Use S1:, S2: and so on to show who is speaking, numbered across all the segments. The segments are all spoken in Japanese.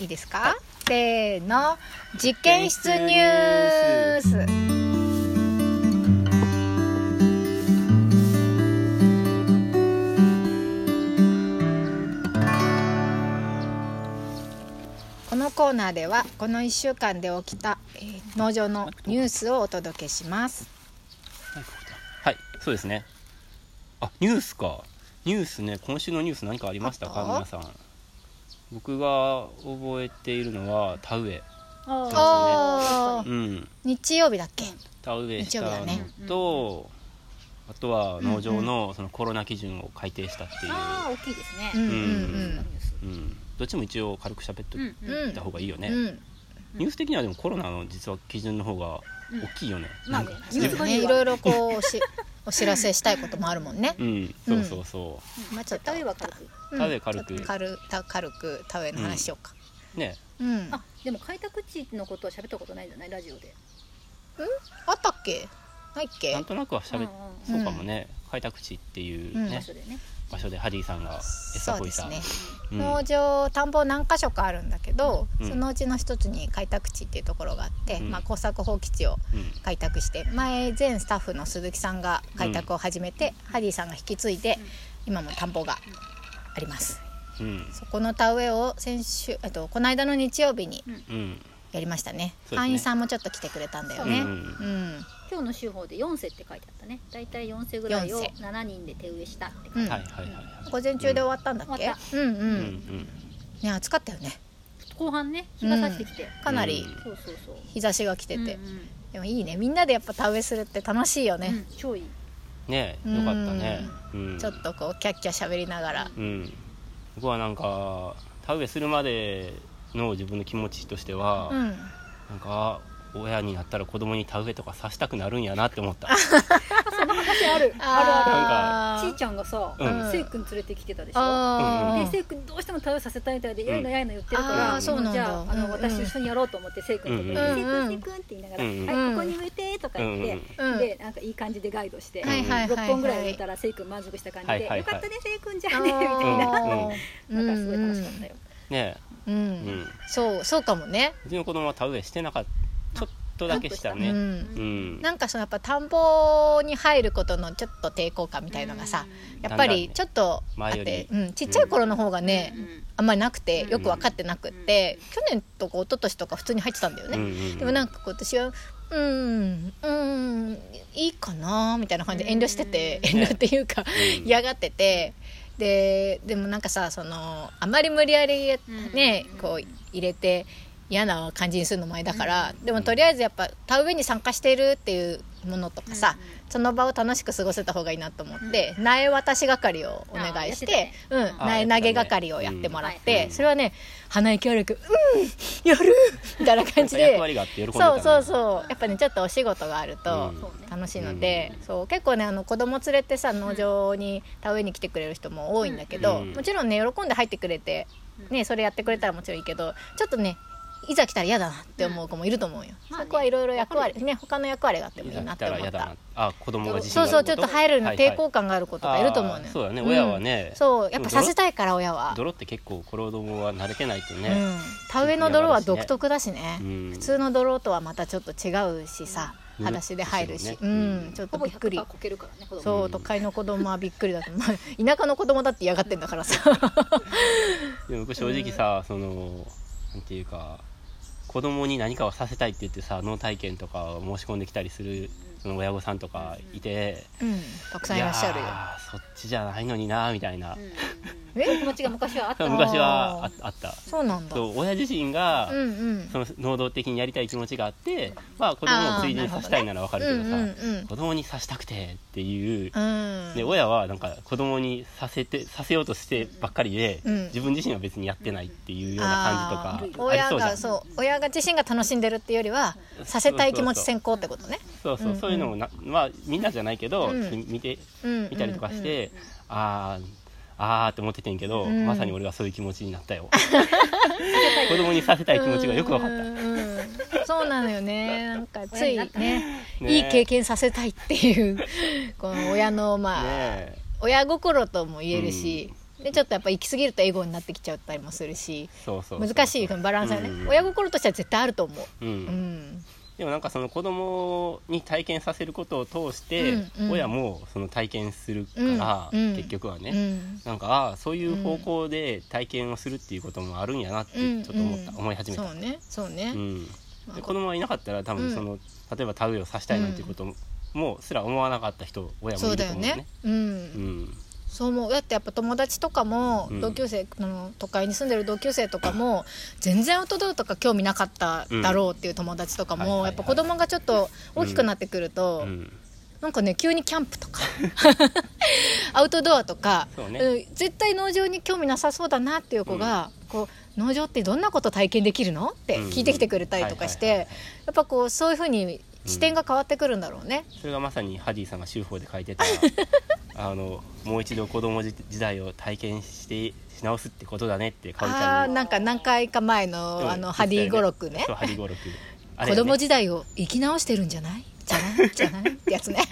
S1: いいですか、せーの実験室ニュースこのコーナーではこの1週間で起きた、えー農場のニュースをお届けします
S2: はい、そうですね。あ、ニュースか。ニュースね、今週のニュース何かありました
S1: あ
S2: か、
S1: った
S2: 皆さん。僕が覚えているのは田植え。
S1: お
S3: あ
S1: ー
S2: うん、
S1: 日曜日だっけ
S2: 田植えし
S1: 日曜
S2: た
S1: 日だ
S2: の
S1: ね
S2: と、あとは農場のそのコロナ基準を改定したっていう。
S3: あー大きいです
S1: うん
S3: ね、
S1: うん
S2: うん、どっちも一応軽く喋っとい
S3: うん
S1: うん
S2: た方がいいよね。
S1: うん、うん
S2: ニュース的にはでもコロナの実は基準の方が大きいよね。
S3: まあね
S2: なんか
S3: ニュース
S1: ね、いろいろこうおしお知らせしたいこともあるもんね
S2: う。ん、そうそうそう。
S1: まあちょっと
S3: 例えば軽く
S1: うん
S2: 田植え軽く
S1: ちょっと軽た軽く田植えの話しようか。
S2: ね、
S1: うん。あ
S3: あでも開拓地のことは喋ったことないじゃないラジオで
S1: ったっけ？ないっけ
S2: なん？となくは喋っ
S3: うんうん
S2: そうかもね、開拓地っていうね、
S1: うん
S3: 場所でね
S2: 場所でハリーさんが餌
S1: そう
S2: こい
S1: で
S2: た
S1: すね。
S2: うん
S1: 農場田んぼ何箇所かあるんだけど、
S2: うん
S1: そのうちの一つに開拓地っていうところがあって、
S2: うん
S1: まあ耕作放棄地を開拓して、前全スタッフの鈴木さんが開拓を始めて、ハリーさんが引き継いで、
S3: うん
S1: 今も田んぼがあります。
S2: うんうん
S1: そこの田植えを先週、えっとこの間の日曜日に
S2: うん
S1: やりましたね
S2: そうですね
S1: 会員さんもちょっと来てくれたんだよね
S2: う
S1: うんん、
S3: 今日の週報で4世って書いてあったね大体4世ぐらいを
S1: 四世
S3: 7人で手植えしたって書いてあ
S2: はい
S3: る
S2: はいはいはい
S1: 午前中で終わったんだっ
S3: 終
S1: け
S3: わっ
S1: うんう、
S2: うんん
S1: ね暑かったよね
S3: 後半ね日が差してきて、
S1: かなり
S2: うん
S3: そうそうそう
S1: 日差しが来てて、
S3: うんうん
S1: でもいいねみんなでやっぱ田植えするって楽しいよね、
S3: うん超いい
S2: ねよかったねうん
S1: ちょっとこうキャッキャ喋りながら、
S2: うん僕はなんか田植えするまでの自分の気持ちとしては、
S1: うん
S2: なんかあ親になったら子供に田植えとかさしたくなるんやなって思った
S3: 昔あるあるあ
S1: あ
S3: るち
S1: ー
S3: いちゃんがさ、
S2: うん
S3: せいくん連れてきてたでしょ
S1: あー
S3: でせいくんどうしても食べさせたいみたいで、やいのやいの言ってるか
S2: あ
S3: ら
S2: ー
S1: そうなんだ
S3: じゃああ
S1: うん
S3: の、
S1: うん
S3: 私一緒にやろうと思ってせいくんとこに
S2: うん
S1: うん
S3: せいくんせいくん」って言いながら「
S2: うんうん
S3: はいここに植えて」とか言って、
S1: うん
S3: でなんかいい感じでガイドして、
S2: はい
S3: 6本ぐらい植えたらせいくん満足した感じで「
S2: はいはいはい
S3: よかったねせいくんじゃ
S1: あ
S3: あね」みたいな
S1: ーう
S3: なん
S1: ん
S3: かすごい楽しかったよ、
S2: ね
S1: うん、う
S2: うんん
S1: そうそうかもね
S2: うちの子供は田植えしてなかったちょっとだけした
S1: う
S2: ね
S1: ん
S2: うん
S1: なんかそのやっぱ田んぼに入ることのちょっと抵抗感みたいのがさ、
S3: うん
S1: やっぱりちょっとあっ
S2: 前よ
S1: て
S2: り、
S1: うん、ちっちゃい頃の方がね、
S3: うん
S1: あんまりなくて
S3: うん
S1: よく分かってなくって、去年とか一昨年とか普通に入ってたんだよね、でもなんかこう私はうーんうーんいいかなみたいな感じで遠慮してて、
S3: う
S1: 遠慮っていうか
S2: うん
S1: 嫌がっててででもなんかさそのあまり無理やりね、
S3: うん
S1: こう入れて嫌な感じにするのもあれだから、でもとりあえずやっぱ田植えに参加しているっていうものとかさ、
S3: うんうん
S1: その場を楽しく過ごせた方がいいなと思って、苗渡し係をお願いして
S3: あー
S1: うん、
S3: やってたね
S2: あ
S1: 苗
S2: ーやってたね
S1: 投げ係をやってもらって、
S2: うん
S1: それはね鼻息悪く「うんやる!」みたいな感じで
S2: 役。割があって喜んでた
S1: そうそう
S2: う
S1: そうやっぱねちょっとお仕事があると
S2: うん
S3: そうね
S1: 楽しいので、そう結構ねあの子供連れてさ農場に田植えに来てくれる人も多いんだけど、
S2: うん
S1: もちろんね喜んで入ってくれて、
S3: うん
S1: ね、それやってくれたらもちろんいいけどちょっとねいざ来たら嫌だなって思う子もいると思うよ、
S3: まあね
S1: そこはいろいろ役割ね他の役割があってもいいな
S2: な
S1: っ
S2: ってた
S1: 思
S2: ら
S1: っ
S2: 嫌だ
S1: た
S2: なあ子供が自信
S1: そう
S2: が
S1: そ
S2: あ
S1: う
S2: る
S1: ちょっと
S2: こと
S1: 入るの
S2: は
S1: に
S2: いはい
S1: 抵抗感がある子とかいると思うのよ、
S2: あーそうだね親はね
S1: うんそうやっぱさせたいから親は、
S2: 泥って結構子供は慣れてないと
S1: う
S2: ね、
S1: ん、田植えの泥は独特だしね、
S2: うん
S1: 普通の泥とはまたちょっと違うしさ、
S2: うん
S1: 裸足で入るし、
S2: そ
S1: う
S2: うね
S1: ん
S2: うん
S1: ちょっと
S3: ほぼ
S1: びっくり
S3: 100%こけるからね子供
S1: そううん都会の子供はびっくりだと思う田舎の子供だって嫌がってんだからさ
S2: でも僕正直さ、そのなんていうか子供に何かをさせたいって言ってさ脳体験とか申し込んできたりするその親御さんとかいて、
S1: うんたくさんいらっしゃるよ
S2: やーそっちじゃないのになみたいな、
S3: うんうんうん、気持ちが昔はあった
S1: ん
S2: 昔はああった
S1: そうなんだう
S2: そう親自身が、
S1: んうん
S2: その能動的にやりたい気持ちがあって、まあ、子供をついでにさせたいならわかるけど
S1: う
S2: さ、
S1: んうんうん
S2: 子供にさしたくてっていう、
S1: うん
S2: で親はなんか子供にさせてさせようとしてばっかりで、
S1: うん
S2: 自分自身は別にやってないっていうような感じとかあり
S1: 親
S2: そうじゃ
S1: が
S2: ん
S1: そ
S2: そう
S1: 親が自身が楽しんでるっていうよりはさせたい気持ち先行ってことね
S2: うそう
S1: うんうん
S2: そういうのもな、まあ、みんなじゃないけど、
S1: うん
S2: ちょっと見て
S1: うん
S2: 見たりとかし
S1: うんうん
S2: て、あーあーって思っててんけど、
S1: うん
S2: まさに俺はそういう気持ちになったよ子供にさせたい気持ちがよくわかった、
S1: うんうんうんそうなのよねなんかついね
S2: ね
S1: いい経験させたいっていうこの親のまあ
S2: ねえ
S1: 親心とも言えるし、でちょっとやっぱ行き過ぎるとエゴになってきちゃったりもするし
S2: そうそうそう
S1: 難しいバランスがね、
S2: うん
S1: 親心としては絶対あると思
S2: うん
S1: う、うん、
S2: でもなんかその子供に体験させることを通して、
S1: うんうん
S2: 親もその体験するから、
S1: うんうん
S2: 結局はね、
S1: うん
S2: なんかああそういう方向で体験をするっていうこともあるんやなってちょっと思った、
S1: うんうん
S2: 思い始めた
S1: そうねそうね、
S2: うん、
S1: まあ
S2: で子供がいなかったら多分その、例えば田植えをさせたいなんていうことも,、すら思わなかった人親も
S1: そ
S2: いうると
S1: だ
S2: 思
S1: よ
S2: うね
S1: ねうん、
S2: うん
S1: そう思うだってやっぱ友達とかも
S2: うん
S1: 同級生、その都会に住んでる同級生とかも全然アウトドアとか興味なかっただろうっていう友達とか
S2: うんはいはい
S1: も、
S2: はい
S1: やっぱ子供がちょっと大きくなってくると、
S2: うん
S1: なんかね急にキャンプとか アウトドアとか
S2: そうね
S1: うん絶対農場に興味なさそうだなっていう子が、こう農場ってどんなこと体験できるのって聞いてきてくれたりとかし
S2: う
S1: て
S2: んはいはいはい
S1: やっぱこうそういうふうに視点が変わってくるんだろうね。
S2: それがまさにハディさんが修法で書いて たあのもう一度子供時代を体験してし直すってことだねってかおりち
S1: あ
S2: ゃ
S1: あ
S2: ん
S1: ー
S2: に
S1: なんか何回か前の,、
S2: うん
S1: あのハディ語録ね
S2: そうハディ語録あれ
S1: 子
S2: やね
S1: 供時代を生き直してるんじゃないじゃないじゃないってや つね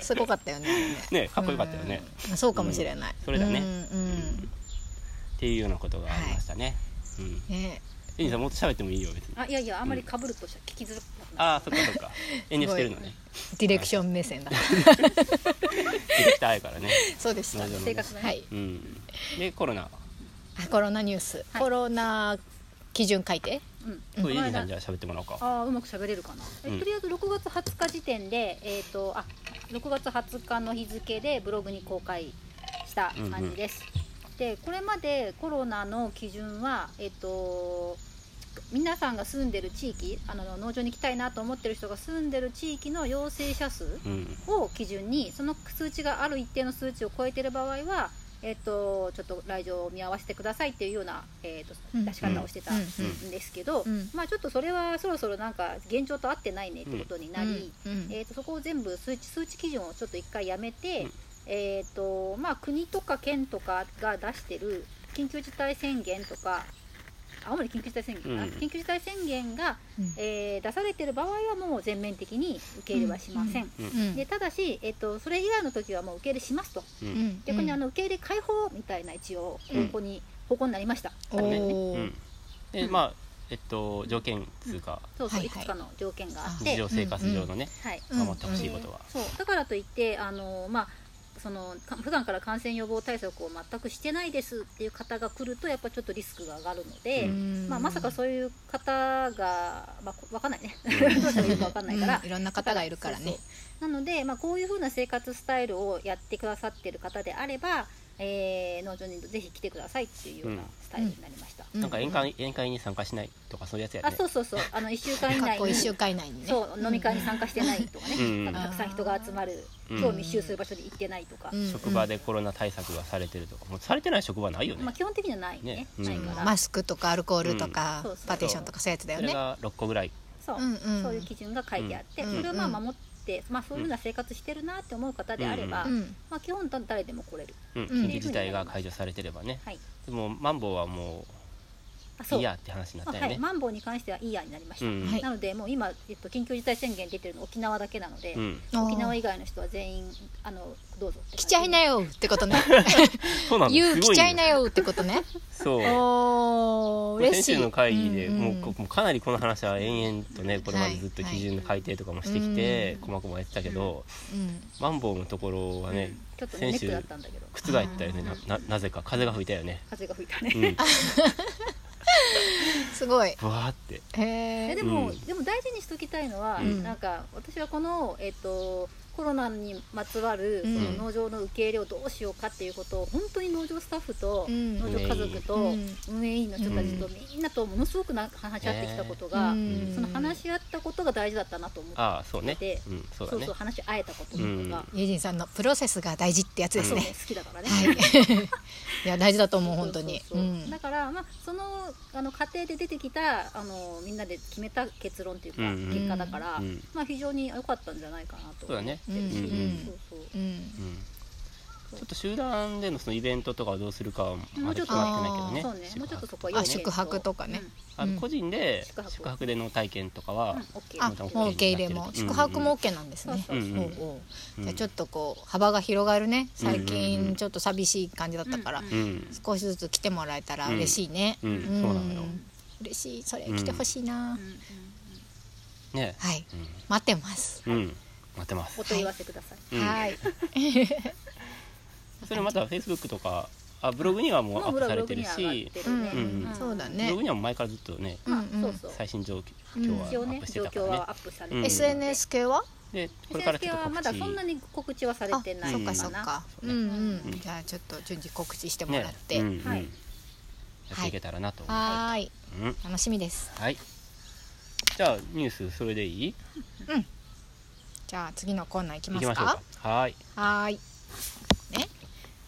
S1: すごかったよね
S2: ねかっこよかったよね、
S1: うんそうかもしれない、
S2: うんそれだね
S1: うんうん
S2: っていうようなことがありましたね、うん
S1: ね
S2: エニさんもっと喋ってもいいよ別に
S3: あいやいやあんまり被るとしたら聞きづらくなる
S2: ああそっかそっか遠慮してるのね
S1: ディレクション目線だ
S2: ディレクターやからね
S1: そうでした
S2: なるほど
S3: 正確なね
S1: はい
S2: うんでコロナ
S1: あコロナニュース、
S3: はい
S1: コロナ基準改定
S3: うん
S2: そうエニさんじゃあ喋ってもらおうか
S3: ああうまく喋れるかな、え
S2: うん
S3: とりあえず6月20日時点でえっ、とあ6月20日の日付でブログに公開した感じです、でこれまでコロナの基準はえっ、と皆さんが住んでる地域あの農場に行きたいなと思ってる人が住んでる地域の陽性者数
S2: うん
S3: を基準にその数値がある一定の数値を超えてる場合はえっ、とちょっと来場を見合わせてくださいっていうような、えー、と
S1: うん
S3: 出し方をしてた
S1: うん
S3: んですけど、
S1: うん
S3: まあちょっとそれはそろそろなんか現状と合ってないねってことになり、
S1: うんうん
S3: えー、とそこを全部数値数値基準をちょっと一回やめて、
S2: うん
S3: えーとまあ、国とか県とかが出してる緊急事態宣言とか青森緊急事態宣言かな、
S2: うん
S3: 緊急事態宣言が、
S1: うん
S3: えー出されてる場合はもう全面的に受け入れはしません、
S1: うん
S3: でただし、えー、とそれ以外の時はもう受け入れしますと
S2: うん
S1: うん
S3: 逆にあの受け入れ解放みたいな一応
S2: うん
S3: ここに、方向になりました。
S1: おー
S2: うんでまあえっと条件通過
S3: そうそう、
S1: はい
S3: い
S1: はい
S3: くつかの条件があって、
S2: 日常生活上のね
S3: はい、
S1: うん
S2: 守ってほしいことは
S3: そうだからといってあの、まあ、そのか普段から感染予防対策を全くしてないですっていう方が来るとやっぱちょっとリスクが上がるの
S1: う
S3: で、
S1: ん
S3: まあ、まさかそういう方が、まあ、こわかんないね
S2: うん
S3: どうしてもよくわかんないから
S1: うん、いろんな方がいるからね
S3: なので、まあ、こういうふうな生活スタイルをやってくださってる方であれば、えー農場にぜひ来てくださいっていうようなスタイルになりました、
S1: う
S2: なんか宴会宴会に参加しないとかそういうやつや
S3: あ
S2: ね
S3: そうそうそうあの1週間以
S1: 過
S3: 内
S1: 去
S3: に
S1: 一週間以内にね
S3: そう飲み会に参加してないとかね、
S2: うん
S3: たくさん人が集まる、
S2: うん
S3: 今日密集する場所に行ってないとか、
S1: うん
S2: 職場でコロナ対策がされてるとかもうされてない職場ないよ
S3: ま
S2: ね
S3: あ、基本的にはないね
S2: ね
S3: ない
S1: うん
S3: から、
S1: マスクとかアルコールとか、
S3: うんそうそう
S1: パーティションとかそういうやつだよ
S2: それ
S1: ね
S2: が6個ぐらい
S3: そう,、
S1: うんうん
S3: そういう基準が書いてあって、
S1: うん
S3: それをまあ
S1: うん
S3: 守って、まあ、そういうふうな生活してるなって思う方であれば、
S1: うん
S3: まあ、基本誰でも来れる
S2: うん
S1: うん
S2: 緊急事態が解除されてればね
S3: はい
S2: でもマンボウはも
S3: あ
S2: ういいやって話にな
S3: あ
S2: った
S3: は
S2: よ
S3: い、
S2: ね
S3: マンボウに関してはいいやになりました、
S2: うん
S1: はい
S3: なのでもう今、えっと、緊急事態宣言出てるの沖縄だけなので、
S2: うん
S3: 沖縄以外の人は全員あのどうぞって
S1: 来ちゃいな
S3: よ
S1: よって ことね
S2: そうなの
S1: 言う
S2: す
S1: 来
S2: ごい
S1: ちゃいな
S2: ね
S1: よってこと ね
S2: そう
S1: おー嬉
S2: 先
S1: しい
S2: 週の会議でもうこ
S1: ん
S2: もうかなりこの話は延々とねこれまでずっと
S1: はい
S2: 基準の改定とかもしてきて
S1: うん
S2: こまこまやってたけど
S1: うん
S2: マンボウのところはね
S3: ちょっとねネ
S2: 先
S3: ックだ
S2: 週
S3: ったんだけど
S2: 覆ったよねなななぜか風が吹いたよね
S3: 風が吹いたね、
S2: うん
S1: すごい
S2: ぶわーって
S1: へ
S3: え
S1: え
S3: でも、
S2: うん
S3: でも大事にしときたいのは、
S2: うん
S3: なんか私はこの、えっとコロナにまつわるそ
S1: うん
S3: の農場の受け入れをどうしようかっていうことを本当に農場スタッフと、
S1: うん
S3: 農場家族と、
S1: うん
S3: 運営委員の人たちとみんなとものすごくな話し合ってきたことが、
S1: うん
S3: その話し合ったことが大事だったなと思って、
S2: ああそうね
S3: で
S2: うんそ
S3: そうう
S2: だ
S3: そ
S2: ね
S3: う話し合えたこととかが、
S2: うん
S1: ユージンさんのプロセスが大事ってやつです
S3: そうね
S1: ね、
S3: 好きだからね。
S1: はい いや大事だと思う本当に
S3: そうそうそう
S1: うん
S3: だから、まあ、そのあの過程で出てきたあのみんなで決めた結論というか、
S2: うんうん
S3: 結果だから、
S2: うん
S3: まあ、非常に良かったんじゃないかなと
S2: そうだね
S3: 思ってるし
S2: うんうん
S3: そうそう
S1: うん
S2: うんちょっと集団でのそのイベントとかをどうするかは
S3: も
S2: ま
S3: うちょ
S2: だ決
S3: っと
S2: まってないけど
S3: そう
S2: ね
S3: ねもうちょっとそこは
S1: あ
S3: 要検討
S1: 宿泊とかね
S2: あ
S1: うん
S2: 個人で
S3: 宿泊
S2: 宿泊での体験とか
S3: うん、う
S2: は
S3: ん、OK
S1: あ
S2: また
S1: も
S2: OK
S1: う受け入れも
S2: になってる
S1: 宿泊も OK なんですね
S3: そう
S2: そうそう
S1: おうおう
S2: うん
S1: じゃあちょっとこう幅が広がるね最
S2: うんうんう
S1: 近
S2: ん
S1: ちょっと寂しい感じだったから
S3: うん
S2: うん
S1: 少しずつ来てもらえたら嬉しいね
S2: うん
S1: ん
S2: そうなのよ
S1: 嬉しいそれ来てほしいな
S3: うんうんうん
S2: ね
S1: はい待ってます
S2: うん、うん、待ってます
S3: お問い合わせください
S2: うん
S1: はい
S2: それまたフェイスブックとかあブログにはもうア
S3: もう
S2: ッ
S3: ブ
S2: プ
S3: ロ
S2: され
S3: グ
S2: て
S3: に
S2: る
S3: は上が
S2: し
S3: ってるね、
S1: うん
S2: うん
S1: そうだ
S2: ブ
S1: ね
S2: ログには前からずっとね
S1: うん
S3: まあ
S1: うん
S3: そうそう
S2: 最新状
S1: うん
S2: 況はア
S3: 一応ね
S2: ップして
S3: 状
S2: たか
S3: 況
S2: らね
S3: はアップされて
S2: うん
S3: る
S1: SNS 系は
S2: でこれからち
S3: SNS 系
S2: ょっと
S3: は
S2: 告
S3: まだそんな
S2: 知
S3: に告知はされ
S1: あ
S3: てない
S1: そ
S3: か
S1: う
S3: な
S1: かそうかうんう
S2: うんん
S1: じゃあちょっと順次告知しても
S2: ね
S1: らって
S2: うんうん
S3: はい
S2: やっていけたらなと思う
S1: はーい
S2: うん
S1: 楽しみです
S2: はいじゃあニュースそれでいい
S1: じゃあ次のコーナーいき
S2: 行
S1: ま
S2: き
S1: す
S2: ましょう
S1: か
S2: かはーい
S1: はーい